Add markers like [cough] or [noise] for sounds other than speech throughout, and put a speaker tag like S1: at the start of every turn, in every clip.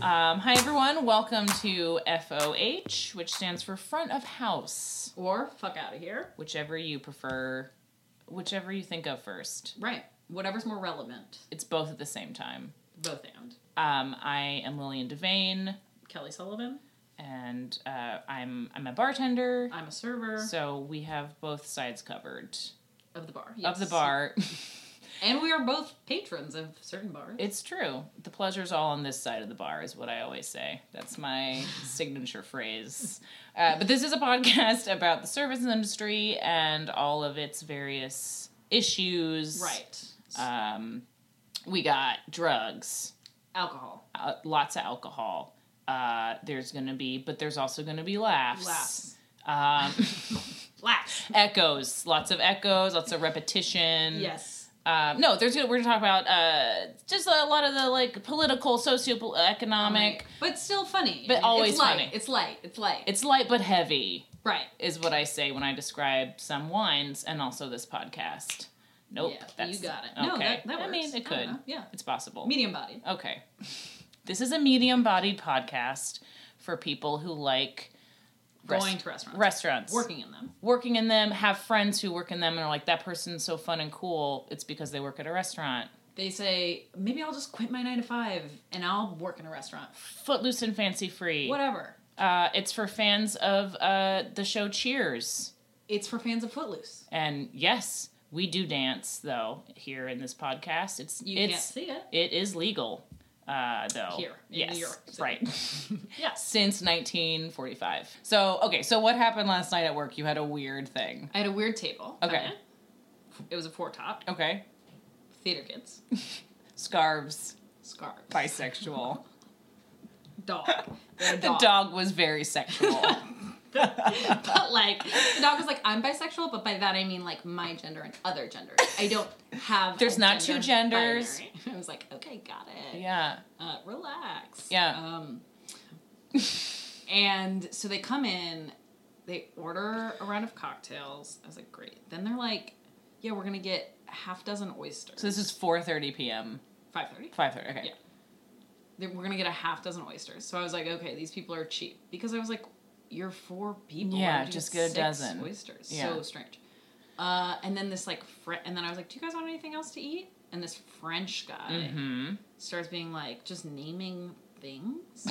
S1: Um, hi, everyone. Welcome to FOH, which stands for Front of House,
S2: Or fuck out of here.
S1: whichever you prefer, whichever you think of first.
S2: Right. Whatever's more relevant.
S1: It's both at the same time.
S2: Both and.
S1: Um, I am Lillian Devane,
S2: Kelly Sullivan.
S1: and uh, I'm I'm a bartender.
S2: I'm a server
S1: So we have both sides covered
S2: of the bar.
S1: of the
S2: yes.
S1: bar.
S2: And we are both patrons of certain bars.
S1: it's true. The pleasure's all on this side of the bar, is what I always say. That's my signature phrase. Uh, but this is a podcast about the service industry and all of its various issues.
S2: right.
S1: Um, we got drugs,
S2: Alcohol.
S1: uh, lots of alcohol. Uh, there's going to be, but there's also going to be laughs.
S2: Laughs.
S1: Um, [laughs]
S2: Laughs.
S1: echoes, lots of echoes, lots of repetition.
S2: Yes.
S1: Um, no, there's we're gonna talk about uh, just a lot of the like political,
S2: Oh,
S1: socioeconomic.
S2: Right. But still funny.
S1: But
S2: It's
S1: always
S2: light.
S1: funny.
S2: It's light. It's light.
S1: It's light but heavy,
S2: right.
S1: is what I say when I describe some wines and also this podcast. Nope,
S2: Yeah,
S1: that's
S2: you got it.
S1: Okay,
S2: No, that, that works.
S1: I mean it
S2: don't
S1: could.
S2: know. Yeah.
S1: It's possible.
S2: Medium body.
S1: Okay, this is a medium-bodied podcast for people who like rest-
S2: Going to restaurants.
S1: restaurants,
S2: Working in them.
S1: working in them, have friends who work in them, and are like that person's so fun and cool. It's because they work at a restaurant.
S2: They say, maybe I'll just quit my nine to five and I'll work in a restaurant.
S1: Footloose and fancy free.
S2: Whatever.
S1: Uh, it's for fans of uh, the show Cheers.
S2: It's for fans of Footloose.
S1: And yes, we do dance though here in this podcast. It's
S2: You
S1: it's
S2: can't see it.
S1: it is legal uh, though
S2: Here, in
S1: yes,
S2: New York City.
S1: right?
S2: [laughs]
S1: [laughs]
S2: Yes.
S1: Since 1945. So okay, so what happened last night at work? You had a weird thing.
S2: I had a weird table.
S1: Okay.
S2: kinda. It was a four top.
S1: Okay,
S2: Theater kids.
S1: scarves,
S2: Scarves.
S1: bisexual.
S2: [laughs]
S1: [laughs]
S2: Dog. They had a
S1: the dog was very sexual.
S2: [laughs]
S1: [laughs]
S2: But like the dog was like, I'm bisexual, but by that I mean like my gender and other genders. I don't have
S1: There's
S2: a
S1: not two
S2: gender
S1: genders.
S2: binary." [laughs] I was like, okay, got it.
S1: yeah.
S2: Uh, relax.
S1: Yeah.
S2: Um and so they come in, they order a round of cocktails. I was like, great. Then they're like, yeah, we're gonna get a half dozen oysters.
S1: So this is 4:30 p.m.
S2: five thirty.
S1: 5:30. Okay.
S2: Yeah. that we're gonna get a half dozen oysters. So I was like, okay, these people are cheap because I was like, you're four people. why
S1: Yeah,
S2: would you
S1: just
S2: get
S1: get a
S2: six
S1: dozen.
S2: oysters.
S1: Yeah.
S2: So strange. Uh, and then this like, Fre- and then I was like, do you guys want anything else to eat? And this French guy
S1: Mm-hmm.
S2: starts being like, just naming things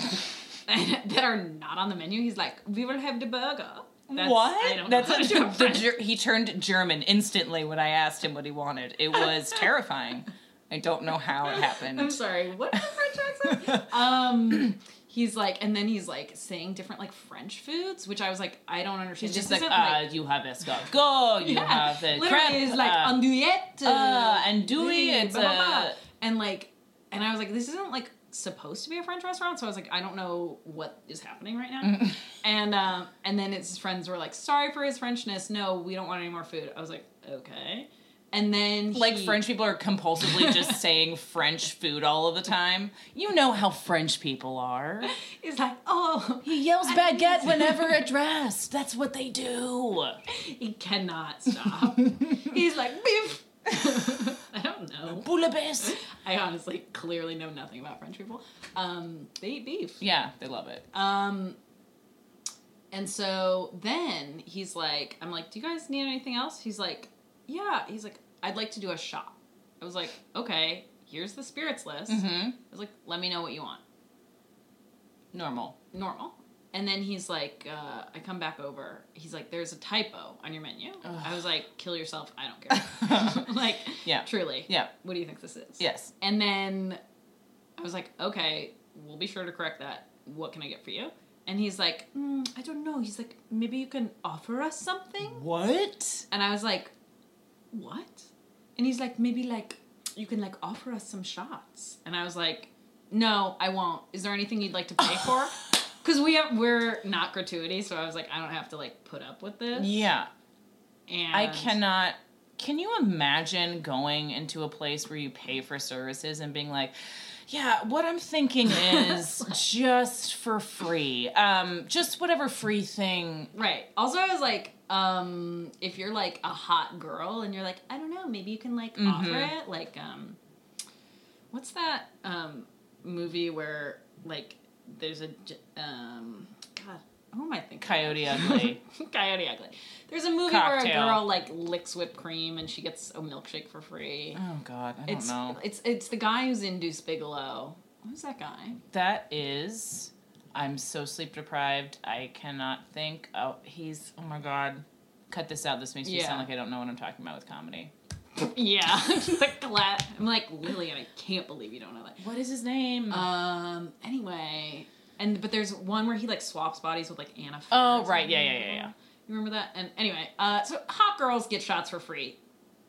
S2: [laughs] that are not on the menu. He's like, we will have the burger. That's,
S1: what?
S2: I don't That's know how to [laughs] do
S1: the,
S2: French.
S1: Ger- he turned German instantly when I asked him what he wanted. It
S2: [laughs]
S1: was terrifying. I don't know how it
S2: I'm
S1: happened.
S2: sorry. What is French
S1: [laughs]
S2: accent? um, he's like, and then he's like saying different like French foods, which I was like, I don't understand.
S1: He's just
S2: This
S1: like,
S2: isn't,
S1: uh, you have escargot, you have the
S2: literally
S1: crepe,
S2: it's like
S1: uh,
S2: andouillette,
S1: uh, andouille,
S2: blah,
S1: it's
S2: blah, blah,
S1: a-
S2: and like, and I was like, this isn't like supposed to be a French restaurant, so I was like, I don't know what is happening right now.
S1: Mm.
S2: and um, and then his friends were like, sorry for his Frenchness. No, we don't want any more food. I was like, okay. And then
S1: like
S2: he-
S1: French people are compulsively
S2: [laughs]
S1: just saying French food all of the time. You know how French people are.
S2: He's like, oh, [laughs]
S1: He yells
S2: I need
S1: baguette
S2: to- [laughs]
S1: whenever addressed. That's what they do.
S2: He cannot stop. He's like, beef. [laughs] I don't know.
S1: Boulabes.
S2: I honestly clearly know nothing about French people. Um, they eat beef.
S1: Yeah, they love it.
S2: Um, and so then he's like, I'm like, do you guys need anything else? He's like, yeah. He's like, I'd like to do a shot. I was like, okay, here's the spirits list.
S1: hmm
S2: I was like, let me know what you want.
S1: Normal. [laughs]
S2: Normal. And then he's like, uh, I come back over. He's like, there's a typo on your menu. I was like, kill yourself. I don't care. [laughs] [laughs] like,
S1: Yeah.
S2: truly.
S1: Yeah.
S2: What do you think this is?
S1: Yes.
S2: And then I was like, okay, we'll be sure to correct that. What can I get for you? And he's like, mm, I don't know. He's like, maybe you can offer us something?
S1: What?
S2: And I was like, what? And he's like, maybe like, you can like offer us some shots. And I was like, no, I won't. Is there anything you'd like to pay
S1: [laughs]
S2: for? Because we have, we're not gratuity, so I was like, I don't have to like put up with this.
S1: Yeah.
S2: And
S1: I cannot. Can you imagine going into a place where you pay for services and being like, yeah, what I'm thinking [laughs] is just for free. Um, just whatever free thing.
S2: Right. Also, I was like, um, if you're like a hot girl and you're like, I don't know, maybe you can like
S1: Mm-hmm.
S2: offer it. Like, um, what's that um, movie where like there's a j- um God, who am I thinking? [laughs]
S1: Coyote Ugly.
S2: Coyote Ugly. There's a movie where
S1: Cocktail.
S2: a girl like licks whipped cream and she gets a milkshake for free.
S1: oh God, I don't
S2: it's
S1: know.
S2: it's it's the guy who's in Deuce Bigelow. Who's that guy?
S1: That is, I'm so sleep deprived. I cannot think. Oh, he's. Oh my God. Cut this out. This makes me
S2: Yeah.
S1: sound like I don't know what I'm talking about with comedy.
S2: yeah, [laughs] the gla- I'm like Lillian. I can't believe you don't know that.
S1: What is his name?
S2: Um. Anyway, and but there's one where he like swaps bodies with like Anna. Faris
S1: oh
S2: or
S1: right, yeah, yeah,
S2: something.
S1: yeah, yeah.
S2: You remember that? And anyway, uh, so hot girls get shots for free.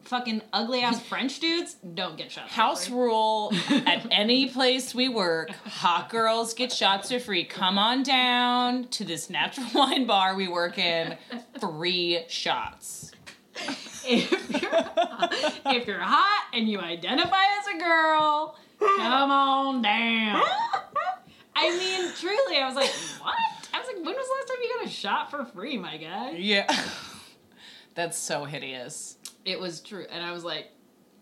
S2: Fucking
S1: [laughs]
S2: ugly ass French dudes don't get shots.
S1: House
S2: for free.
S1: rule at any place we work, hot girls get shots for free. Come on down to this natural [laughs] wine bar we work in. Free shots.
S2: [laughs] If you're, if you're hot and you identify as a girl, come
S1: [laughs]
S2: on down. I mean, truly, I was like, what? I was like, when was the last time you got a shot for free, my guy? [laughs]
S1: Yeah. That's so hideous.
S2: It was true, and I was like,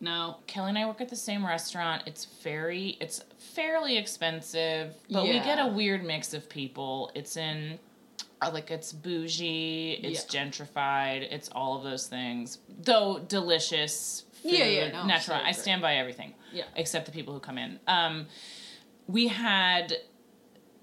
S2: no,
S1: Kelly and I work at the same restaurant. It's very, it's fairly expensive, but we
S2: Yeah.
S1: get a weird mix of people. It's in, uh, like, it's bougie, it's gentrified, it's all of those things. Though delicious, food,
S2: Yeah, yeah, no,
S1: natural.
S2: so
S1: I
S2: great.
S1: stand by everything,
S2: yeah,
S1: except the people who come in. Um, we had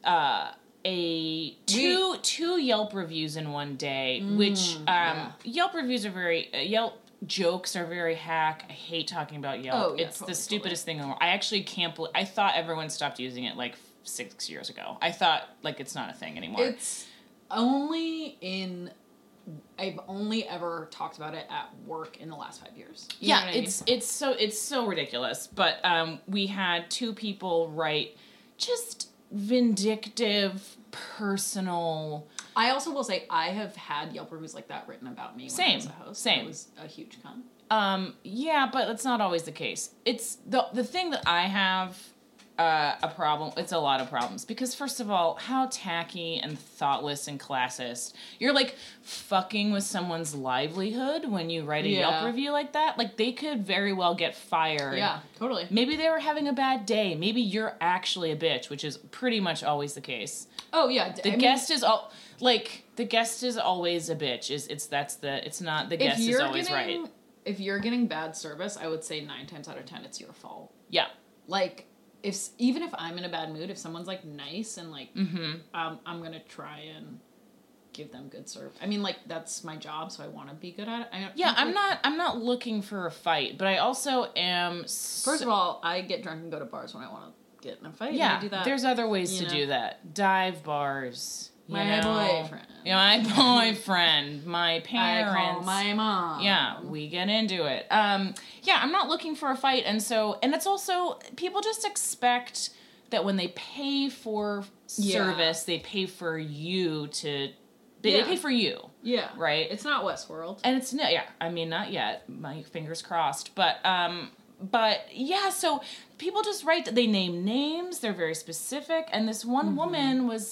S1: uh, a two two Yelp reviews in one day, which um,
S2: Mm, yeah.
S1: Yelp reviews are very uh, Yelp jokes are very hack. I hate talking about Yelp.
S2: Oh, yeah,
S1: it's
S2: totally,
S1: the stupidest thing in the world. I actually can't. bel I thought everyone stopped using it like six years ago. I thought like it's not a thing anymore.
S2: It's only in. I've only ever talked about it at work in the last five years. You know
S1: yeah
S2: what I mean?
S1: it's it's so it's so ridiculous but um we had two people write just vindictive personal
S2: I also will say I have had Yelp reviews like that written about me. When I
S1: Same,
S2: was a host.
S1: same.
S2: It was a huge con.
S1: um yeah but it's not always the case it's the the thing that i have uh, a problem it's a lot of problems because first of all how tacky and thoughtless and classist you're like fucking with someone's livelihood when you write a
S2: Yeah.
S1: yelp review like that like they could very well get fired
S2: Yeah, totally.
S1: Maybe they were having a bad day. Maybe you're actually a bitch, which is pretty much always the case.
S2: Oh yeah, d-
S1: The
S2: I mean,
S1: guest is all like the guest is always a bitch. Is it's that's the it's not the
S2: if
S1: guest is
S2: you're
S1: always
S2: getting,
S1: right.
S2: If you're getting bad service, I would say nine times out of ten it's your fault.
S1: Yeah.
S2: Like if s- even if I'm in a bad mood, if someone's like nice and like
S1: Mm-hmm.
S2: um, I'm gonna try and give them good service. I mean, like that's my job, so I want to be good at it. I don't,
S1: Yeah, I'm
S2: like,
S1: not I'm not looking for a fight, but I also am
S2: First of all, I get drunk and go to bars when I want to get in a fight. and
S1: yeah,
S2: I do that.
S1: there's other ways
S2: you
S1: to
S2: know.
S1: do that. Dive bars. you
S2: My
S1: know.
S2: boyfriend.
S1: Yeah, my [laughs] boyfriend. My
S2: I
S1: parents.
S2: call my mom.
S1: Yeah, we get into it. Um, yeah, I'm not looking for a fight, and so and it's also people just expect that when they pay for
S2: Yeah.
S1: service, they pay for you to they,
S2: Yeah.
S1: they pay for you,
S2: yeah,
S1: right?
S2: It's not Westworld.
S1: and it's no, yeah. I mean, not yet. My fingers crossed, but um, but yeah. So people just write. They name names. They're very specific. And this one
S2: Mm-hmm.
S1: woman was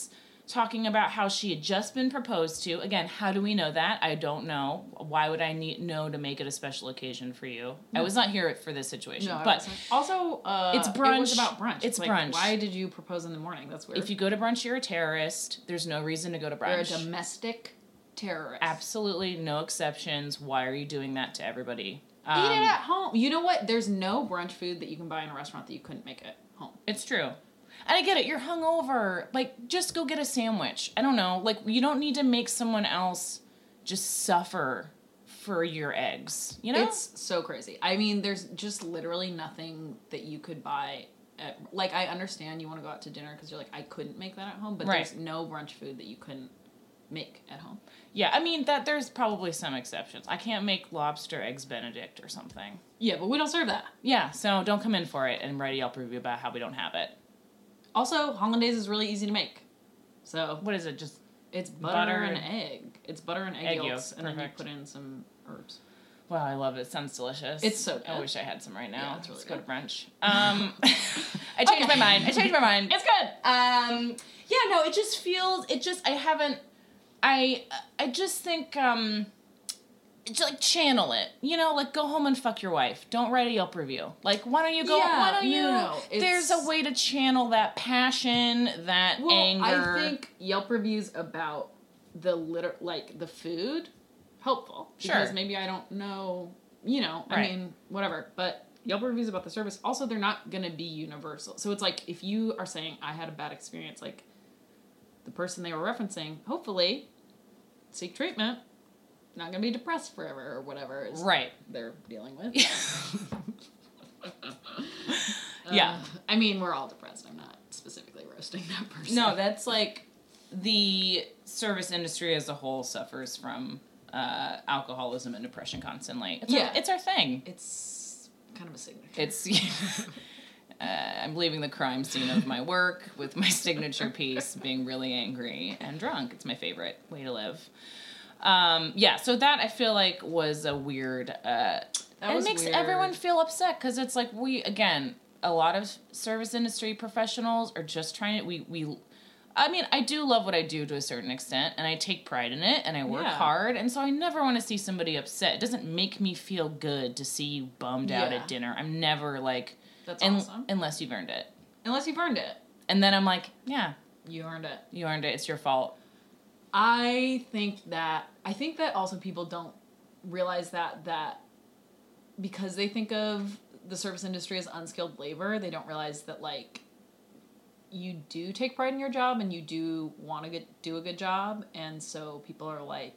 S1: talking about how she had just been proposed to. Again, how do we know that? I don't know. Why would I need know to make it a special occasion for you? I was not here for this situation,
S2: No, I
S1: but.
S2: wasn't. also uh,
S1: It's
S2: It was
S1: brunch.
S2: about brunch.
S1: It's
S2: like,
S1: brunch.
S2: Why did you propose in the morning? That's weird.
S1: If you go to brunch, you're a terrorist. There's no reason to go to
S2: you're a
S1: brunch.
S2: domestic terrorist,
S1: Absolutely no exceptions. Why are you doing that to everybody?
S2: eat it
S1: Um,
S2: at home. You know what? There's no brunch food that you can buy in a restaurant that you couldn't make at home.
S1: It's true. And I get it. You're hungover. Like, just go get a sandwich. I don't know. Like, you don't need to make someone else just suffer for your eggs. You know?
S2: It's so crazy. I mean, there's just literally nothing that you could buy. At, like, I understand you want to go out to dinner because you're like, I couldn't make that at home, but
S1: Right.
S2: there's no brunch food that you couldn't make at home.
S1: yeah. I mean, that there's probably some exceptions. I can't make lobster eggs Benedict or something.
S2: Yeah, but we don't serve that.
S1: Yeah. So don't come in for it and write a Yelp review about how we don't have it.
S2: Also, hollandaise is really easy to make. So
S1: What is it? Just
S2: it's butter,
S1: Butter
S2: and egg. It's butter and egg,
S1: Egg
S2: yolks,
S1: yolks,
S2: and then you
S1: perfect.
S2: put in some herbs.
S1: wow. I love it. Sounds delicious.
S2: It's so
S1: I
S2: good.
S1: wish I had some right now.
S2: Yeah, it's really
S1: Let's go
S2: good.
S1: to brunch. Um, [laughs] I changed my
S2: Okay.
S1: mind. I changed my mind.
S2: It's good.
S1: um yeah no it just feels it just i haven't i i just think um it's like channel it. You know, like go home and fuck your wife. Don't write a Yelp review. Like why don't you go?
S2: Yeah,
S1: why don't
S2: no,
S1: you?
S2: no,
S1: there's
S2: it's-
S1: a way to channel that passion, that
S2: Well,
S1: anger.
S2: I think Yelp reviews about the liter like the food helpful because
S1: Sure.
S2: maybe I don't know, you know,
S1: Right.
S2: I mean, whatever, but Yelp reviews about the service also they're not going to be universal. So it's like if you are saying I had a bad experience like the person they were referencing, hopefully seek treatment. Not going to be depressed forever or whatever is
S1: right. [laughs]
S2: they're dealing with.
S1: Yeah.
S2: Uh, I mean, we're all depressed. I'm not specifically roasting that person.
S1: No, that's like the service industry as a whole suffers from uh, alcoholism and depression constantly. It's
S2: Yeah.
S1: our, it's our thing.
S2: It's kind of a signature.
S1: It's. [laughs] Uh, I'm leaving the crime scene of my work with my [laughs] signature piece, being really angry and drunk. It's my favorite way to live. Um, yeah, so that I feel like was a weird. Uh,
S2: That
S1: it
S2: was
S1: makes
S2: weird.
S1: everyone feel upset because it's like we again, a lot of service industry professionals are just trying to we we. I mean, I do love what I do to a certain extent, and I take pride in it, and I work
S2: Yeah.
S1: hard, and so I never want to see somebody upset. It doesn't make me feel good to see you bummed out
S2: Yeah.
S1: at dinner. I'm never like,
S2: That's
S1: un-
S2: awesome.
S1: unless you've earned it,
S2: Unless you've earned it.
S1: and then I'm like, yeah,
S2: You earned it.
S1: you earned it. It's your fault.
S2: I think that I think that also people don't realize that that because they think of the service industry as unskilled labor, they don't realize that like you do take pride in your job and you do want to get do a good job and so people are like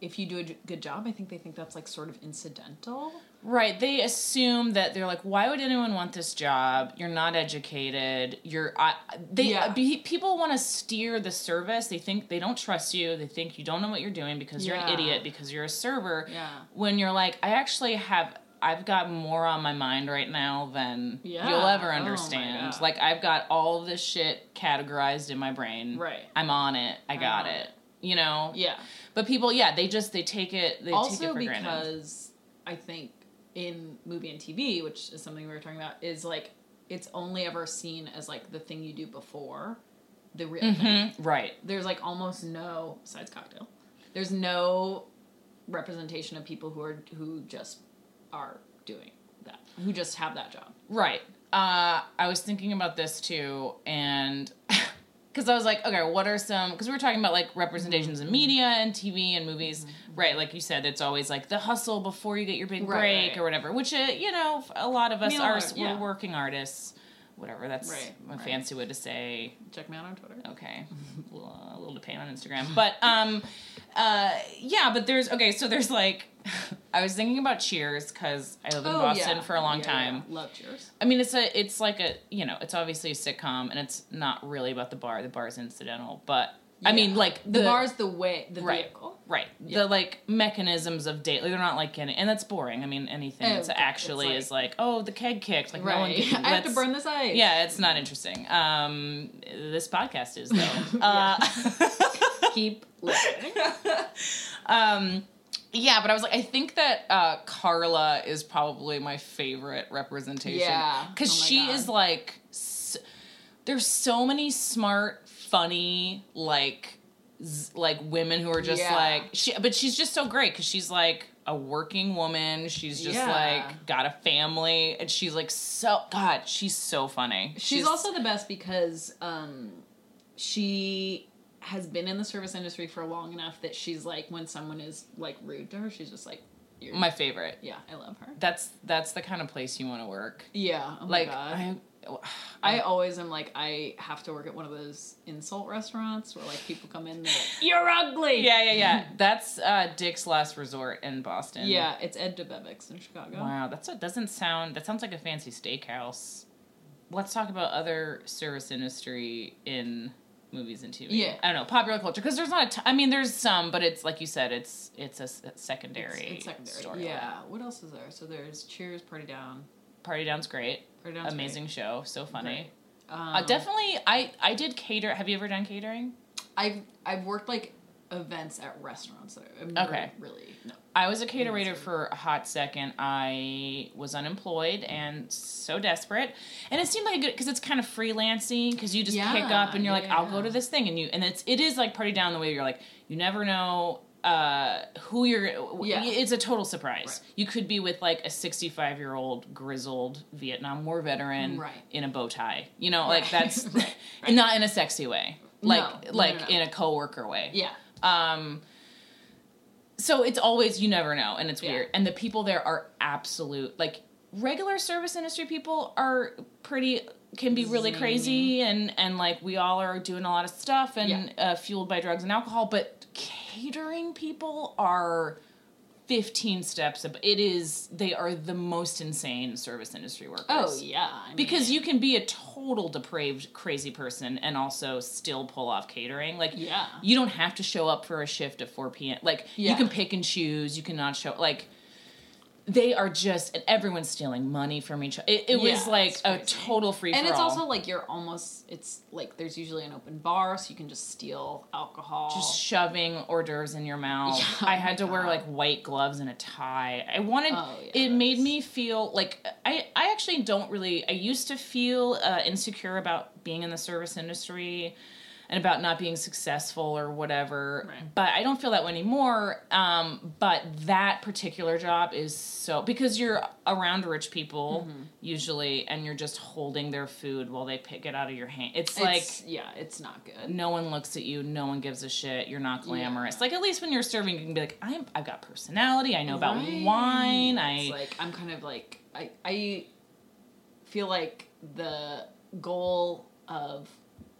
S2: if you do a j- good job, I think they think that's like sort of incidental.
S1: Right. They assume that they're like, why would anyone want this job? You're not educated. You're I, they
S2: Yeah.
S1: be, people want to steer the service. They think they don't trust you. They think you don't know what you're doing because you're an
S2: Yeah.
S1: idiot because you're a server.
S2: Yeah.
S1: When you're like, I actually have I've got more on my mind right now than
S2: Yeah.
S1: you'll
S2: Oh
S1: ever
S2: my
S1: understand.
S2: God.
S1: like I've got all of this shit categorized in my brain.
S2: Right.
S1: I'm on it. I got
S2: on
S1: it.
S2: it.
S1: You know?
S2: Yeah.
S1: But people, yeah, they just they take it they take it
S2: also
S1: for
S2: because
S1: granted.
S2: I think in movie and TV, which is something we were talking about, is like it's only ever seen as like the thing you do before the real thing.
S1: Mhm. Right.
S2: There's like almost no besides cocktail. There's no representation of people who are who just are doing that, who just have that job.
S1: Right. Uh, I was thinking about this too, and [laughs] because I was like, okay, what are some? Because we were talking about like representations in media and TV and movies, right? Like you said, it's always like the hustle before you get your big
S2: Mm-hmm. Right,
S1: break
S2: right.
S1: or whatever. Which uh, you know, a lot of us
S2: mean, a
S1: are
S2: lot of- yeah.
S1: we're working artists, whatever. That's
S2: Right,
S1: a
S2: right.
S1: fancy way to say
S2: Check me out on Twitter.
S1: okay [laughs] a little- uh, a little pain on instagram but um uh yeah but there's okay so there's like [laughs] i was thinking about cheers because i lived in boston for a long
S2: Oh, Yeah,
S1: time
S2: yeah. Love Cheers.
S1: I mean, it's a, it's like a, you know, it's obviously a sitcom, and it's not really about the bar. The bar is incidental, but I mean,
S2: Yeah.
S1: like
S2: the, bar's the way the
S1: Right.
S2: vehicle.
S1: right?
S2: Yeah.
S1: The like mechanisms of date, like, they're not like any, and that's boring. I mean, anything
S2: Oh,
S1: that's
S2: God,
S1: actually
S2: it's
S1: is like, oh, the keg kicked, like no one.
S2: Right. [laughs]
S1: Can,
S2: I have to
S1: that's-
S2: burn this ice.
S1: Yeah, it's not interesting. Um, this podcast is though.
S2: [laughs] Yeah.
S1: [laughs] Uh,
S2: Keep listening.
S1: um yeah but i was like i think that uh carla is probably my favorite representation
S2: Yeah.
S1: because
S2: Oh my
S1: she
S2: God.
S1: is like s there's so many smart funny like z- like women who are just
S2: Yeah.
S1: like she but she's just so great because she's like a working woman she's just
S2: Yeah.
S1: like got a family and she's like so god she's so funny
S2: She's, also the best because um, she has been in the service industry for long enough that she's like, when someone is like rude to her, she's just like, You're,
S1: my favorite
S2: yeah, I love her.
S1: that's that's the kind of place you want to work
S2: Yeah, oh
S1: like
S2: my god.
S1: I,
S2: I always am like, I have to work at one of those insult restaurants where like people come in,
S1: [laughs]
S2: they're like,
S1: You're ugly. Yeah, yeah, yeah. That's uh, Dick's Last Resort in Boston.
S2: yeah, it's Ed DeBevick's in Chicago.
S1: Wow, that's what doesn't sound. That sounds like a fancy steakhouse. Let's talk about other service industry in movies and TV.
S2: Yeah.
S1: I don't know popular culture because there's not. A t- I mean, there's some, but it's like you said, it's it's a s-
S2: It's,
S1: secondary.
S2: it's secondary.
S1: storyline.
S2: yeah. What else is there? So there's Cheers, Party Down,
S1: Party Down's great.
S2: Party Down.
S1: Amazing show. So funny.
S2: Um,
S1: Uh, definitely, I I did cater. Have you ever done catering?
S2: I've I've worked like events at restaurants. That I've never
S1: Okay.
S2: Really. No.
S1: I was a
S2: that's
S1: caterator
S2: right.
S1: for a hot second. I was unemployed and so desperate, and it seemed like a good because it's kind of freelancing because you just pick
S2: Yeah,
S1: up and you're like, I'll go
S2: yeah.
S1: to this thing, and you and it's it is like party down the way you're like you never know uh, who you're. w-
S2: Yeah.
S1: It's a total surprise.
S2: Right.
S1: You could be with like a 65 year old grizzled Vietnam War veteran
S2: Right.
S1: in a bow tie. You know, like
S2: Right.
S1: that's
S2: [laughs] Right.
S1: not in a sexy way. Like
S2: No, no,
S1: like
S2: no, no.
S1: in a coworker way.
S2: Yeah.
S1: Um, so it's always you never know, and it's
S2: Yeah.
S1: weird. And the people there are absolute like regular service industry people are pretty can be really
S2: Zany.
S1: crazy, and and like we all are doing a lot of stuff and uh, fueled by drugs and alcohol, but catering people are. 15 steps ab- it is they are the most insane service industry workers
S2: Oh yeah. I mean-
S1: because you can be a total depraved crazy person and also still pull off catering like
S2: Yeah.
S1: you don't have to show up for a shift at 4 p.m like you
S2: Yeah.
S1: can pick and choose you cannot show like they are just and everyone's stealing money from each other it, it was
S2: Yeah,
S1: like
S2: it's
S1: a
S2: crazy.
S1: total free
S2: and it's also like you're almost it's like there's usually an open bar so you can just steal alcohol
S1: just shoving hors d'oeuvres in your mouth.
S2: Oh. Yeah,
S1: I
S2: oh
S1: had to
S2: my
S1: wear
S2: God.
S1: like white gloves and a tie. I wanted.
S2: Oh, yeah,
S1: it made
S2: that's-
S1: me feel like I. I actually don't really. I used to feel uh, insecure about being in the service industry, and about not being successful or whatever.
S2: Right.
S1: But I don't feel that way anymore. Um, but that particular job is so because you're around rich people
S2: Mm-hmm.
S1: usually, and you're just holding their food while they pick it out of your hand. It's, like
S2: It's- yeah it's not good
S1: no one looks at you no one gives a shit you're not glamorous
S2: Yeah.
S1: like at least when you're serving you can be like i'm i've got personality i know about
S2: Right.
S1: wine i
S2: it's like i'm kind of like i i feel like the goal of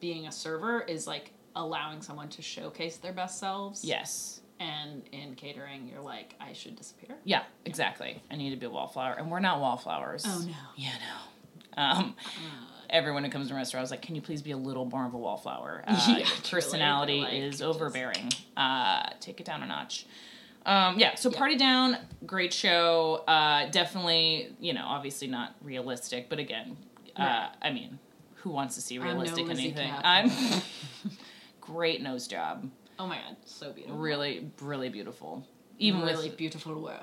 S2: being a server is like allowing someone to showcase their best selves
S1: yes
S2: and in catering you're like i should disappear
S1: yeah exactly i need to be a wallflower and we're not wallflowers
S2: oh no
S1: yeah no um everyone who comes to a restaurant is like can you please be a little more of a
S2: [laughs]
S1: wallflower uh,
S2: Yeah,
S1: your
S2: truly,
S1: personality
S2: like,
S1: is
S2: just-
S1: overbearing uh take it down a notch um, yeah, so
S2: Yeah.
S1: Party Down, great show. Uh, definitely, you know, obviously not realistic, but again, uh,
S2: Right.
S1: I mean, who wants to see
S2: I'm no
S1: realistic
S2: Lizzy
S1: anything?
S2: Caplan.
S1: I'm
S2: [laughs]
S1: [laughs] great nose job,
S2: oh my god so beautiful
S1: really, really beautiful. Even
S2: really
S1: with
S2: beautiful work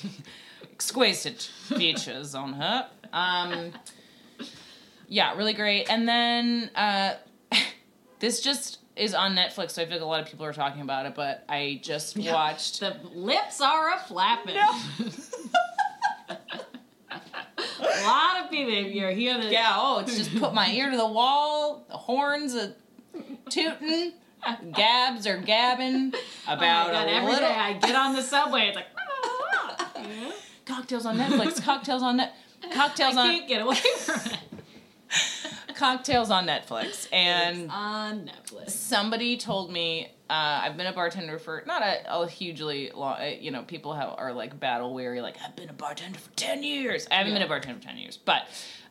S1: [laughs] exquisite features on her. Um, yeah, really great. And then uh, [laughs] this just is on Netflix, so I feel like a lot of people are talking about it. But I just
S2: Yeah. [laughs]
S1: watched.
S2: The lips are a flapping.
S1: No.
S2: [laughs] a lot of people if you're here
S1: [laughs]
S2: that
S1: Yeah, oh, it's just put my ear to the wall, the horns are tooting, gabs are gabbing
S2: Oh my
S1: about
S2: God,
S1: a
S2: every
S1: little
S2: day I get on the subway, it's like "Ah, Yeah.
S1: [laughs] cocktails on Netflix, cocktails on net,
S2: I
S1: cocktails on
S2: can't get away from it.
S1: [laughs] cocktails on Netflix, [laughs] and
S2: It's on Netflix.
S1: somebody told me uh, I've been a bartender for not a, a hugely long. uh, You know, people have, are like battle weary. Like I've been a bartender for ten years. I haven't
S2: Yeah.
S1: been a bartender for ten years, but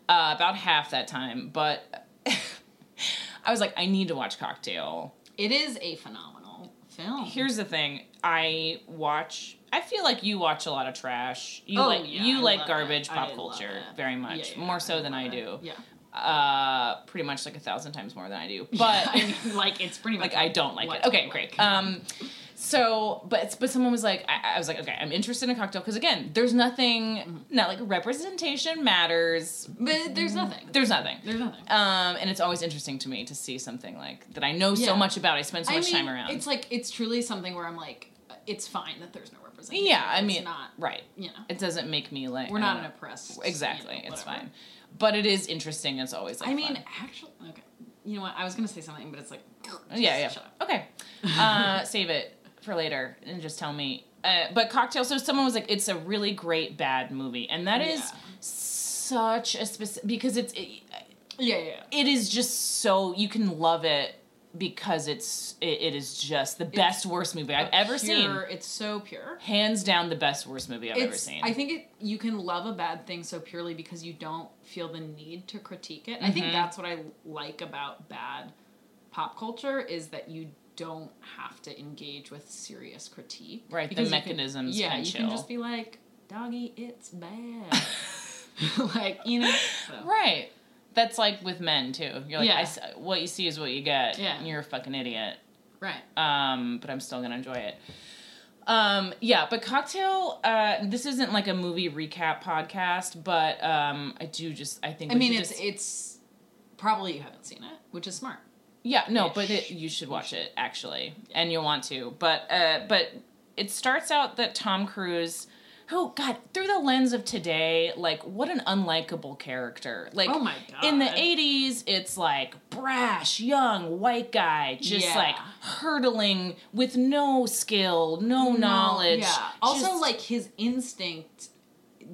S1: uh, about half that time. But [laughs] I was like, I need to watch Cocktail.
S2: It is a phenomenal film.
S1: Here's the thing. I watch. I feel like you watch a lot of trash. You
S2: Oh,
S1: like
S2: yeah,
S1: you
S2: I
S1: like
S2: love
S1: garbage
S2: it. I
S1: pop
S2: love
S1: culture
S2: it.
S1: very
S2: Yeah,
S1: much,
S2: yeah,
S1: more so than
S2: love
S1: I
S2: it.
S1: do.
S2: Yeah.
S1: Uh, pretty much like a thousand times more than I
S2: [laughs]
S1: do. But
S2: I mean, like it's pretty
S1: [laughs]
S2: much
S1: like I don't like
S2: what
S1: it. Okay,
S2: I
S1: great.
S2: like.
S1: Um, so but it's- but someone was like, I, I was like, okay, I'm interested in cocktail because again, there's nothing,
S2: Mm-hmm.
S1: not like representation matters. [laughs]
S2: But there's nothing.
S1: There's nothing.
S2: There's nothing.
S1: Um, and it's always interesting to me to see something like that I know so
S2: Yeah.
S1: much about. I spend so
S2: I
S1: much
S2: mean,
S1: time around.
S2: It's like it's truly something where I'm like, it's fine that there's no representation.
S1: yeah, I mean,
S2: it's not
S1: right.
S2: you know.
S1: It doesn't make me like
S2: We're
S1: I
S2: not
S1: don't
S2: an
S1: know.
S2: oppressed.
S1: exactly.
S2: you know,
S1: it's
S2: whatever.
S1: fine, but it is interesting. It's always. Like,
S2: I mean,
S1: fun.
S2: actually, okay. You know what? I was gonna say something, but it's like,
S1: yeah, yeah.
S2: Shut up.
S1: Okay. Uh, [laughs] save it for later and just tell me. Uh, but cocktail. So someone was like, "It's a really great bad movie," and that is
S2: Yeah.
S1: such a specific because it's it,
S2: Yeah, yeah. yeah.
S1: it is just so you can love it because it's it, it is just the best worst movie I've ever seen.
S2: Pure- It's so pure.
S1: Hands down, the best worst movie I've ever
S2: It's,
S1: seen.
S2: I think it, you can love a bad thing so purely because you don't feel the need to critique it. I
S1: Mm-hmm.
S2: think that's what I like about bad pop culture is that you don't have to engage with serious critique.
S1: Right, the
S2: because you can-
S1: mechanisms
S2: yeah,
S1: can
S2: you
S1: chill.
S2: can just be like, "Doggy,
S1: [laughs]
S2: it's bad." [laughs] like you know. so.
S1: [laughs] right. That's like with men too. You're like,
S2: Yeah.
S1: I s what you see is what you get.
S2: Yeah.
S1: And you're a fucking idiot.
S2: right.
S1: um, but I'm still gonna enjoy it. Um, yeah, but cocktail. Uh, this isn't like a movie recap podcast, but um, I do just I think
S2: I
S1: we
S2: mean,
S1: should
S2: it's
S1: just-
S2: it's probably you haven't seen it, which is smart.
S1: Yeah, no, but it, you should watch it actually, and you'll want to. But uh, but it starts out that Tom Cruise, who God, through the lens of today, like what an unlikable character. Like
S2: Oh my God.
S1: in the '80s, it's like brash, young, white guy, just
S2: Yeah.
S1: like hurtling with no skill, no, knowledge.
S2: Yeah. Also,
S1: just-
S2: like his instinct,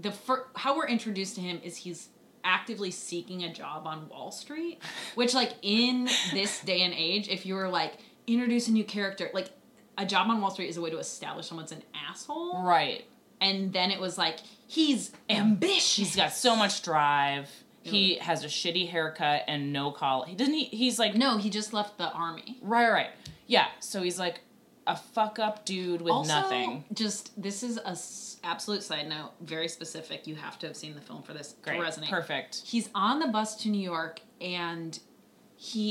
S2: the fir- how we're introduced to him is he's actively seeking a job on Wall
S1: [laughs]
S2: Street, which like in this day and age, if you were like introduce a new character, like a job on Wall Street is a way to establish someone's an asshole.
S1: right.
S2: And then it was like he's ambitious.
S1: He's got so much drive. He
S2: Yeah.
S1: has a shitty haircut and no collar. He doesn't. He, he's like
S2: No, he just left the army.
S1: Right, right. Yeah. So he's like a fuck up dude with
S2: also,
S1: nothing.
S2: Just this is a s- absolute side note, very specific. You have to have seen the film for this
S1: Great.
S2: to resonate.
S1: Perfect.
S2: he's on the bus to New York and he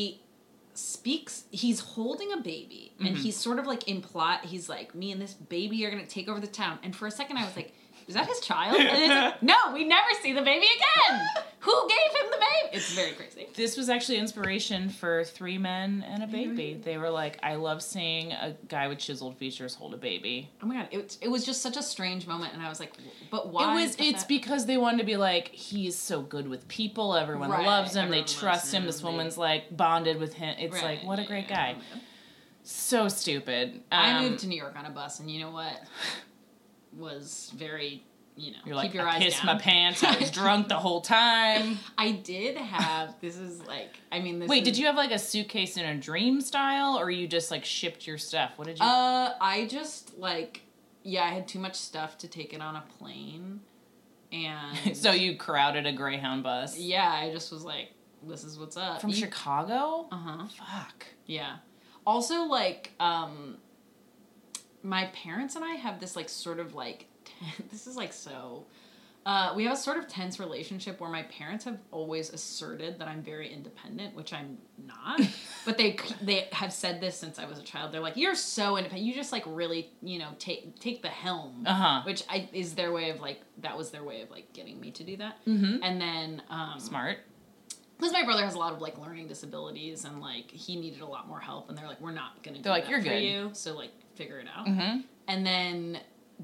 S2: speaks he's holding a baby
S1: Mm-hmm.
S2: and he's sort of like in plot he's like me and this baby are gonna take over the town and for a second I was like is that his child and
S1: [laughs]
S2: it's like, no we never see the baby again who gave him the baby it's very crazy
S1: This was actually inspiration for Three Men and a
S2: Mm-hmm.
S1: Baby. They were like, I love seeing a guy with chiseled features hold a baby.
S2: oh my god it, it was just such a strange moment and I was like w- but why
S1: it was.
S2: is
S1: It's
S2: that-
S1: because they wanted to be like, he's so good with people. Everyone
S2: Right,
S1: loves him.
S2: everyone
S1: they
S2: loves
S1: trust him.
S2: him,
S1: This
S2: they-
S1: woman's like bonded with him. It's
S2: Right,
S1: like, what a great
S2: yeah,
S1: guy. So stupid.
S2: I
S1: Um,
S2: moved to New York on a bus and you know what was very you know
S1: You're
S2: keep
S1: like,
S2: your
S1: I
S2: eyes
S1: pissed
S2: down.
S1: my pants.
S2: [laughs]
S1: I was drunk the whole time.
S2: I did have this is like I mean this
S1: Wait,
S2: is-
S1: did you have like a suitcase in a dream style, or you just like shipped your stuff? What did you?
S2: uh I just like yeah, I had too much stuff to take it on a plane
S1: [laughs]
S2: and
S1: so you crowded a Greyhound bus
S2: Um, yeah, I just was like this is what's up. E
S1: from Chicago.
S2: Uh-huh.
S1: Fuck.
S2: Yeah. Also like um my parents and I have this like sort of like [laughs] this is like so uh, we have a sort of tense relationship where my parents have always asserted that I'm very independent, which I'm not. but they they have said this since I was a child. They're like, "You're so independent. You just like really, you know, take take the helm."
S1: Uh huh.
S2: Which I is their way of like that was their way of like getting me to do that.
S1: Mhm.
S2: And then um,
S1: Smart.
S2: because my brother has a lot of like learning disabilities and like he needed a lot more help and they're like we're not gonna do
S1: They're like,
S2: that
S1: "You're
S2: for
S1: good."
S2: you so like figure it out
S1: Mm-hmm.
S2: and then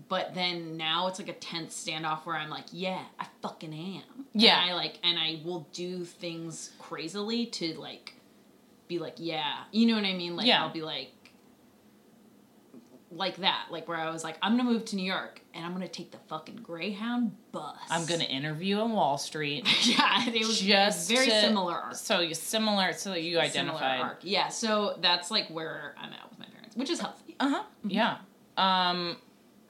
S2: but then now it's like a tense standoff where I'm like yeah I fucking am
S1: Yeah.
S2: and I like and I will do things crazily to like be like yeah you know what I mean like
S1: Yeah.
S2: I'll be like like that like where I was like I'm gonna move to New York and I'm gonna take the fucking Greyhound bus
S1: I'm gonna interview in Wall Street.
S2: [laughs] yeah it was
S1: Just
S2: very
S1: to-
S2: similar arc
S1: So you similar. So that you
S2: similar
S1: identified.
S2: arc. Yeah, so that's like where I'm at with my parents, which is healthy.
S1: Uh huh.
S2: mm-hmm.
S1: Yeah. Um,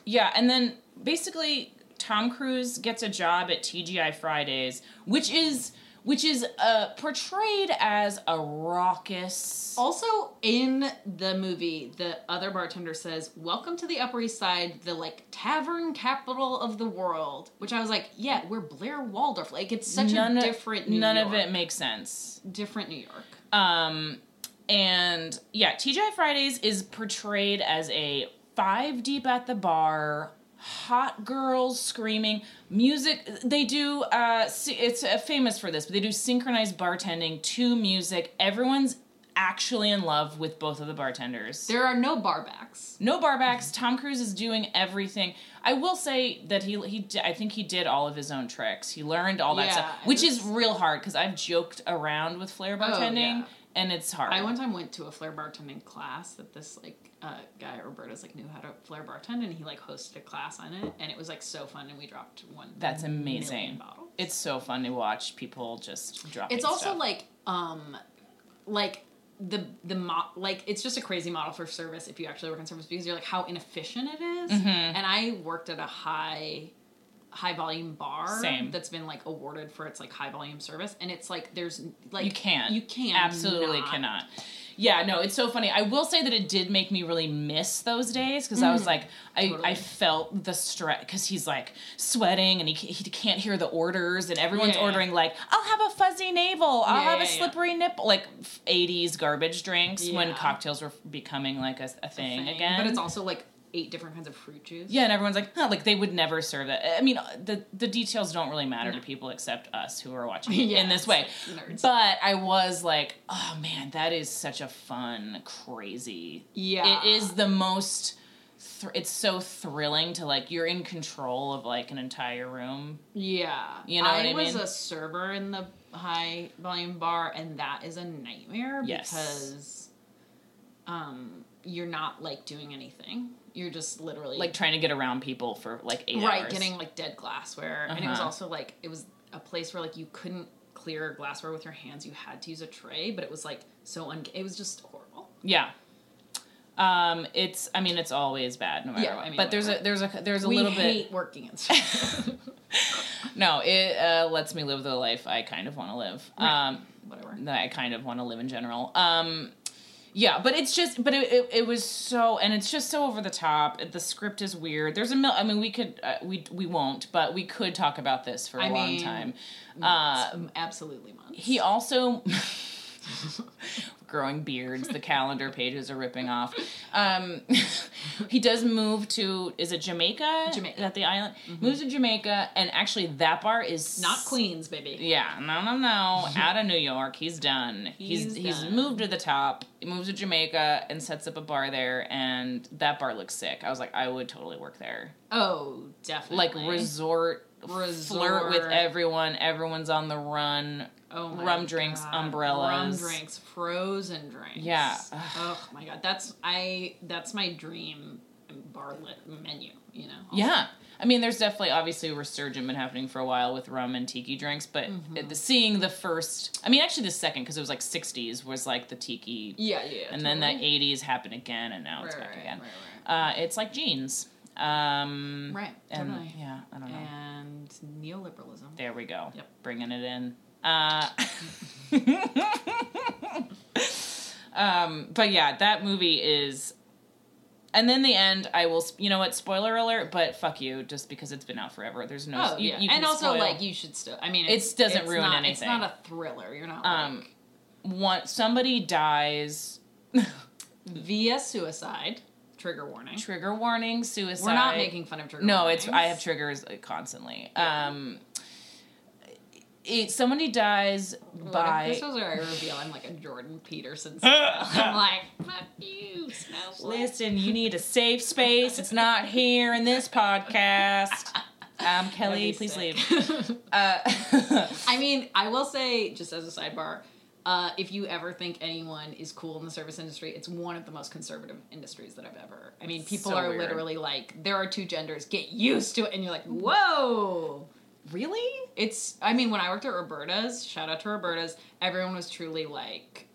S1: yeah, and then basically Tom Cruise gets a job at TGI Fridays, which is which is uh, portrayed as a raucous.
S2: Also, in the movie, the other bartender says, "Welcome to the Upper East Side, the like tavern capital of the world." Which I was like, "Yeah, we're Blair Waldorf. Like, it's such a
S1: of-
S2: different New
S1: none
S2: York.
S1: of it makes sense
S2: Different New York.
S1: um and yeah tgi fridays is portrayed as a five deep at the bar hot girls screaming music they do uh s- it's uh, famous for this but they do synchronized bartending to music everyone's actually in love with both of the bartenders
S2: There are no barbacks.
S1: no barbacks. Tom Cruise is doing everything. I will say that he he d- I think he did all of his own tricks. He learned all that
S2: Yeah,
S1: stuff,
S2: I
S1: which is
S2: just-
S1: real hard because I've joked around with flair bartending
S2: Oh, yeah.
S1: and it's hard.
S2: I one time went to a flair bartending class that this like uh, guy Roberta's like knew how to flair bartend, and he like hosted a class on it, and it was like so fun, and we dropped one.
S1: That's
S2: million
S1: amazing.
S2: bottles.
S1: It's so fun to watch people just drop.
S2: it's also like um like the the mo- like it's just a crazy model for service if you actually work in service because you're like how inefficient it is.
S1: Mm-hmm.
S2: and i worked at a high high volume bar
S1: Same.
S2: that's been like awarded for its like high volume service and it's like there's like
S1: you can't.
S2: you can't
S1: Absolutely
S2: not.
S1: cannot. Yeah, no, it's so funny. I will say that it did make me really miss those days because I was like, I, I
S2: Mm-hmm. Totally.
S1: felt the stress because he's like sweating and he, ca- he can't hear the orders and everyone's
S2: Yeah.
S1: ordering like, I'll have a fuzzy navel, I'll
S2: Yeah,
S1: have a
S2: yeah, yeah.
S1: slippery nipple, like f- 80s garbage drinks when
S2: Yeah.
S1: cocktails were becoming like a, a, thing,
S2: thing.
S1: again.
S2: but it's also like eight different kinds of fruit juice.
S1: Yeah, and everyone's like, huh, like they would never serve that. I mean, the the details don't really matter
S2: No.
S1: to people except us who are watching
S2: [laughs]
S1: it
S2: Yeah,
S1: in this
S2: it's
S1: way.
S2: like nerds.
S1: But I was like, oh man, that is such a fun, crazy.
S2: Yeah.
S1: it is the most. Thr- it's so thrilling to like you're in control of like an entire room.
S2: Yeah.
S1: You know
S2: I,
S1: what I
S2: was
S1: mean?
S2: a server in the high volume bar and that is a nightmare
S1: Yes.
S2: because um you're not like doing anything. You're just literally
S1: Like trying to get around people for like eight
S2: right
S1: hours.
S2: getting like dead glassware and it was
S1: Uh-huh.
S2: also like it was a place where like you couldn't clear glassware with your hands. You had to use a tray, but it was like so un it was just horrible.
S1: Yeah. Um, it's. I mean, it's always bad, no matter
S2: Yeah,
S1: what.
S2: I mean,
S1: but there's a
S2: whatever.
S1: there's a there's a
S2: we
S1: little
S2: hate
S1: bit.
S2: working
S1: [laughs]
S2: in servers.
S1: No, it uh, lets me live the life I kind of want to live.
S2: Right.
S1: Um,
S2: whatever.
S1: that I kind of want to live in general. Um, yeah, but it's just, but it, it, it was so, and it's just so over the top. The script is weird. There's a mil. I mean, we could, uh, we we won't, but we could talk about this for a
S2: I
S1: long
S2: mean, mm,
S1: time. Uh,
S2: It's absolutely months.
S1: he also [laughs] growing beards the calendar pages are ripping off um, [laughs] he does move to is it jamaica
S2: Jamaica.
S1: Is that the island moves to jamaica and actually that bar is
S2: mm-hmm. not
S1: s-
S2: Queens, baby.
S1: yeah, no, no, no.
S2: [laughs]
S1: Out of New York, he's done. He's he's,
S2: He's done.
S1: moved to the top. He moves to Jamaica and sets up a bar there, and that bar looks sick. I was like, I would totally work there.
S2: Oh, definitely.
S1: Like resort, flirt with
S2: Resort.
S1: everyone. Everyone's on the run.
S2: Oh my
S1: rum drinks,
S2: God.
S1: umbrellas.
S2: rum drinks, frozen drinks.
S1: Yeah.
S2: oh my god, that's I. That's my dream bar lit menu. You know.
S1: Yeah. I mean, there's definitely obviously a resurgence been happening for a while with rum and tiki drinks, but
S2: Mm-hmm.
S1: the, seeing the first, I mean, actually the second, because it was like 60s, was like the tiki.
S2: Yeah, yeah.
S1: And then the 80s happened again, and now it's
S2: Right,
S1: back
S2: right,
S1: again.
S2: right,
S1: Uh, it's like jeans. Um,
S2: Right,
S1: And
S2: totally.
S1: yeah, I don't know.
S2: And neoliberalism.
S1: There we go.
S2: Yep.
S1: Bringing it in. Uh, [laughs] um, but yeah, that movie is. And then the end, I will. sp- You know what? Spoiler alert. But fuck you, just because it's been out forever. There's no.
S2: Oh
S1: you-
S2: yeah,
S1: you can
S2: and also
S1: spoil
S2: like you should still. I mean,
S1: It's- doesn't
S2: it's
S1: ruin
S2: not, It's
S1: anything.
S2: not a thriller. You're not
S1: Um,
S2: like
S1: one somebody dies. [laughs]
S2: via suicide. Trigger warning.
S1: Trigger warning. Suicide.
S2: We're not making fun of trigger.
S1: No, it's I have
S2: warnings.
S1: triggers uh, constantly. Um, it, somebody dies
S2: What
S1: by.
S2: if this was where I reveal I'm like a Jordan
S1: [laughs]
S2: Peterson. style? I'm like, fuck you, Snowflake.
S1: Listen, you need a safe space. It's not here in this podcast. Um, Kelly, please leave. Uh,
S2: [laughs] I mean, I will say, just as a sidebar, uh, if you ever think anyone is cool in the service industry, it's one of the most conservative industries that I've ever. I mean, people
S1: So
S2: are
S1: weird.
S2: literally like, there are two genders, get used to it, and you're like, whoa.
S1: really?
S2: It's. I mean, when I worked at Roberta's, shout out to Roberta's, everyone was truly like.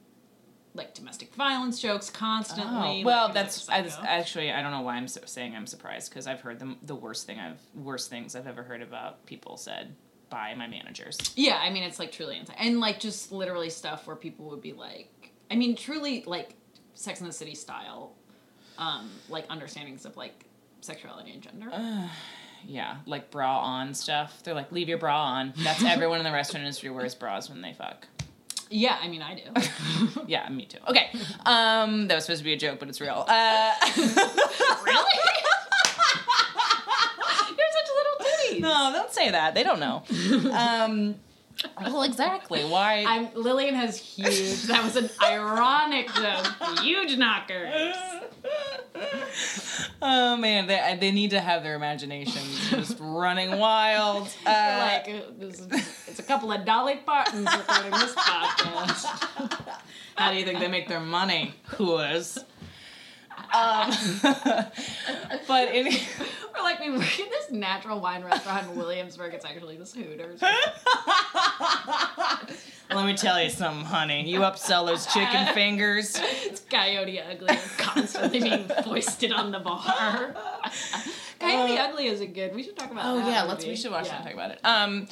S2: Like domestic violence jokes constantly.
S1: Oh, well,
S2: like, it was
S1: that's
S2: like
S1: I was-
S2: psycho.
S1: actually I don't know why I'm so, saying I'm surprised because I've heard the, the worst thing I've worst things I've ever heard about people said by my managers.
S2: Yeah, I mean it's like truly anti and like just literally stuff where people would be like I mean truly like Sex in the City style um like understandings of like sexuality and gender.
S1: Yeah, like bra on stuff. They're like, leave your bra on. That's everyone in the restaurant industry wears bras when they fuck.
S2: yeah, I mean I do.
S1: Yeah, me too. Okay, um, that was supposed to be a joke, but it's real. Uh, [laughs]
S2: really? You're such little titties.
S1: No, don't say that. They don't know. Um, well, exactly. Why?
S2: [laughs] I'm Lillian has huge that was an ironic joke. Huge knockers.
S1: Uh, oh man, they, they need to have their imaginations just running wild. Uh,
S2: You're like uh, this is, it's a couple of Dolly Partons recording this podcast.
S1: [laughs] how do you think they make their money? Whores. Um, [laughs] but in,
S2: We're like, we work at this natural wine restaurant in Williamsburg. It's actually this
S1: [laughs]
S2: Hooters.
S1: let me tell you something, honey. You upsell those chicken fingers.
S2: It's Coyote Ugly constantly being foisted on the bar. Coyote
S1: Uh,
S2: Ugly isn't good. We should talk about
S1: Oh
S2: that.
S1: yeah, let's.
S2: movie.
S1: We should watch
S2: Yeah.
S1: and
S2: [laughs]
S1: talk about it. Um,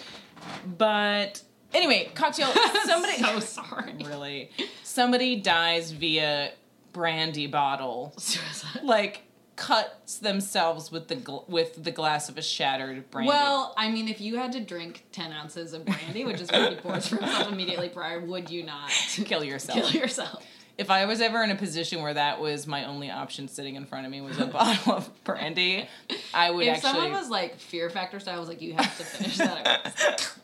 S1: but anyway, cocktail. [laughs] Somebody.
S2: so sorry.
S1: really somebody dies via brandy bottle like cuts themselves with the gl- with the glass of a shattered brandy
S2: Well, I mean, if you had to drink 10 ounces of brandy, which is what he pours for himself immediately prior, would you not
S1: [laughs] kill yourself
S2: kill yourself?
S1: if I was ever in a position where that was my only option sitting in front of me was a [laughs] bottle of brandy, I would
S2: if
S1: actually.
S2: someone was like Fear Factor style, was like, you have to finish that. at once."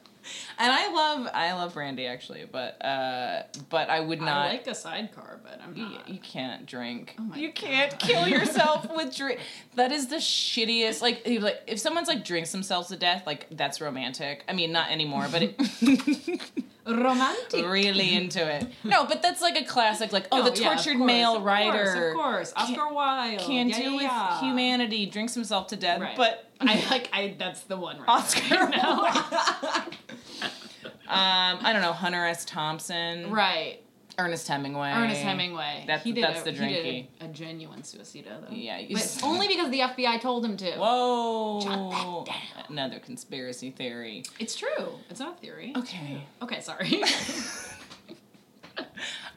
S1: and I love I love brandy actually, but uh, but I would [laughs] not.
S2: I like a sidecar, but I'm
S1: you,
S2: not.
S1: you can't drink.
S2: Oh my
S1: you
S2: God.
S1: can't kill
S2: [laughs]
S1: yourself with drink. That is the shittiest. Like, he was like if someone's like drinks themselves to death, like that's romantic. I mean, not anymore, but it,
S2: [laughs] Romantic.
S1: really into it. No, but that's like a classic. Like, oh,
S2: No,
S1: the
S2: yeah, of
S1: tortured
S2: course,
S1: male
S2: of
S1: writer
S2: course, of course. Oscar Wilde
S1: can
S2: yeah,
S1: do
S2: yeah,
S1: with
S2: yeah.
S1: humanity, drinks himself to death,
S2: Right.
S1: but um,
S2: I like. I that's the one. Right
S1: Oscar.
S2: Right. now.
S1: um, I don't know Hunter S. Thompson,
S2: [laughs] right.
S1: Ernest Hemingway,
S2: Ernest Hemingway.
S1: That's-
S2: he did
S1: that's
S2: a,
S1: the
S2: he did a-
S1: drinky.
S2: a, genuine suicido though.
S1: Yeah, you
S2: But
S1: s- [laughs]
S2: only because the FBI told him to.
S1: Whoa, another conspiracy theory.
S2: It's true. It's not a theory.
S1: Okay.
S2: Okay, sorry.
S1: [laughs]
S2: [laughs]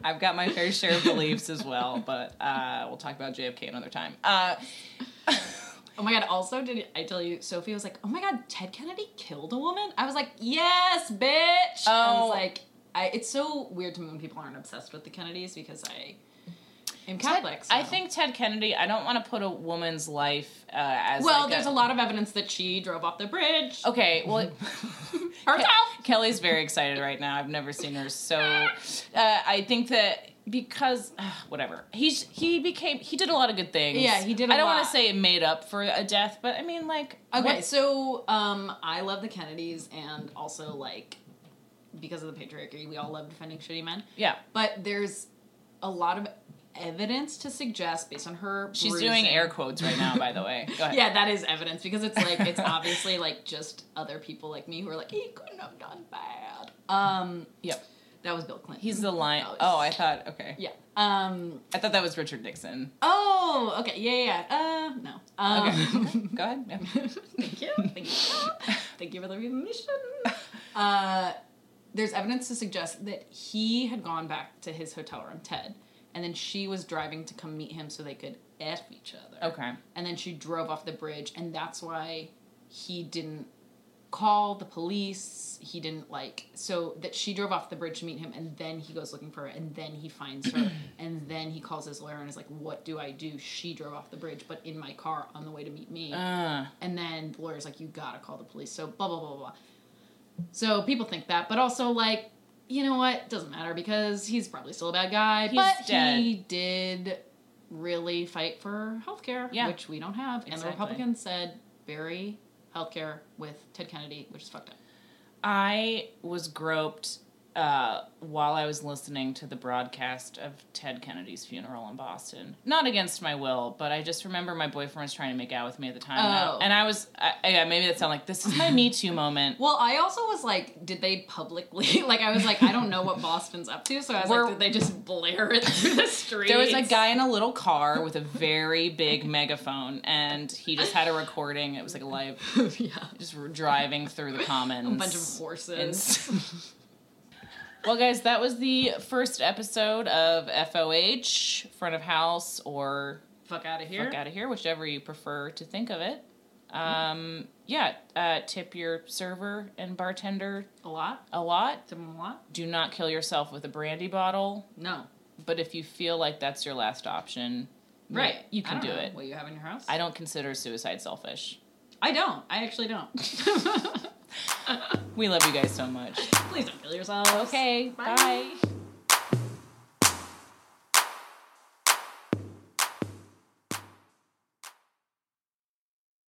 S1: I've got my fair share of beliefs as well, but uh, we'll talk about JFK another time. Uh, [laughs]
S2: oh my god, also did I tell you Sophie was like, "Oh my god, Ted Kennedy killed a woman?" I was like, "Yes, bitch." I
S1: Oh.
S2: was like I, it's so weird to me when people aren't obsessed with the Kennedys because I am
S1: Ted-
S2: Catholic.
S1: I
S2: so.
S1: think Ted Kennedy. I don't want to put a woman's life uh, as
S2: Well,
S1: like
S2: there's a lot of evidence that she drove off the bridge
S1: Okay,
S2: [laughs]
S1: well,
S2: herself.
S1: Ke- Kelly's very excited right now. I've never seen her so. Uh, I think that because uh, whatever he's he became he did a lot of good things.
S2: Yeah, he did a
S1: I don't
S2: lot.
S1: want to say it made up for a death, but I mean like
S2: Okay,
S1: what-
S2: so um, I love the Kennedys, and also like because of the patriarchy, we all love defending shitty men.
S1: yeah,
S2: But there's a lot of evidence to suggest, based on her,
S1: she's
S2: bruising-
S1: doing air quotes right now. By the way, go ahead.
S2: Yeah, that is evidence because it's like it's obviously like just other people like me who are like he couldn't have done bad. Um,
S1: Yep.
S2: that was Bill Clinton.
S1: He's the lion.
S2: That was-
S1: Oh, I thought okay.
S2: yeah. Um.
S1: I thought that was Richard Nixon.
S2: Oh, okay. Yeah, yeah. yeah. Uh, no. [laughs] Um,
S1: Okay, go ahead. Yeah.
S2: Thank you. Thank you. Thank you for the remission. Uh, there's evidence to suggest that he had gone back to his hotel room, Ted, and then she was driving to come meet him so they could F each other.
S1: Okay.
S2: And then she drove off the bridge, and that's why he didn't call the police. He didn't like, so that she drove off the bridge to meet him, and then he goes looking for her, and then he finds her, and then he calls his lawyer and is like, What do I do? She drove off the bridge, but in my car on the way to meet me.
S1: Uh,
S2: And then the lawyer's like, you gotta call the police. So blah blah blah blah, blah. So people think that, but also like, you know what? Doesn't matter because he's probably still a bad guy.
S1: He's
S2: but he
S1: dead.
S2: did really fight for healthcare,
S1: Yeah.
S2: which we don't have. And the
S1: Exactly.
S2: Republicans said bury healthcare with Ted Kennedy, which is fucked up.
S1: I was groped uh, while I was listening to the broadcast of Ted Kennedy's funeral in Boston. Not against my will, but I just remember my boyfriend was trying to make out with me at the time. and I-
S2: Oh.
S1: And I was, I, yeah, maybe that sounded like this is my Me
S2: [laughs]
S1: Too moment.
S2: Well, I also was like, did they publicly [laughs] like I was like, I don't know what Boston's up to, so I was
S1: We're-
S2: like, did they just blare it [laughs] through the street?
S1: There was a guy in a little car with a very big megaphone, and he just had a recording. It was like a live,
S2: [laughs] yeah.
S1: just driving through the commons.
S2: [laughs] A bunch of horses.
S1: [laughs] well, guys, that was the first episode of FOH, front of house, or
S2: Fuck out of here. Mm-hmm.
S1: fuck out of here, whichever you prefer to think of it. Um, yeah, uh, tip your server and bartender
S2: A lot?
S1: a lot.
S2: Tip them a lot?
S1: Do not kill yourself with a brandy bottle,
S2: No.
S1: but if you feel like that's your last option,
S2: Right.
S1: you
S2: I
S1: can
S2: don't
S1: do
S2: know
S1: it.
S2: What you have in your house?
S1: I don't consider suicide selfish.
S2: I don't. I actually don't. [laughs]
S1: We love you guys so much.
S2: Please don't kill yourselves.
S1: Okay,
S2: Bye.
S1: bye.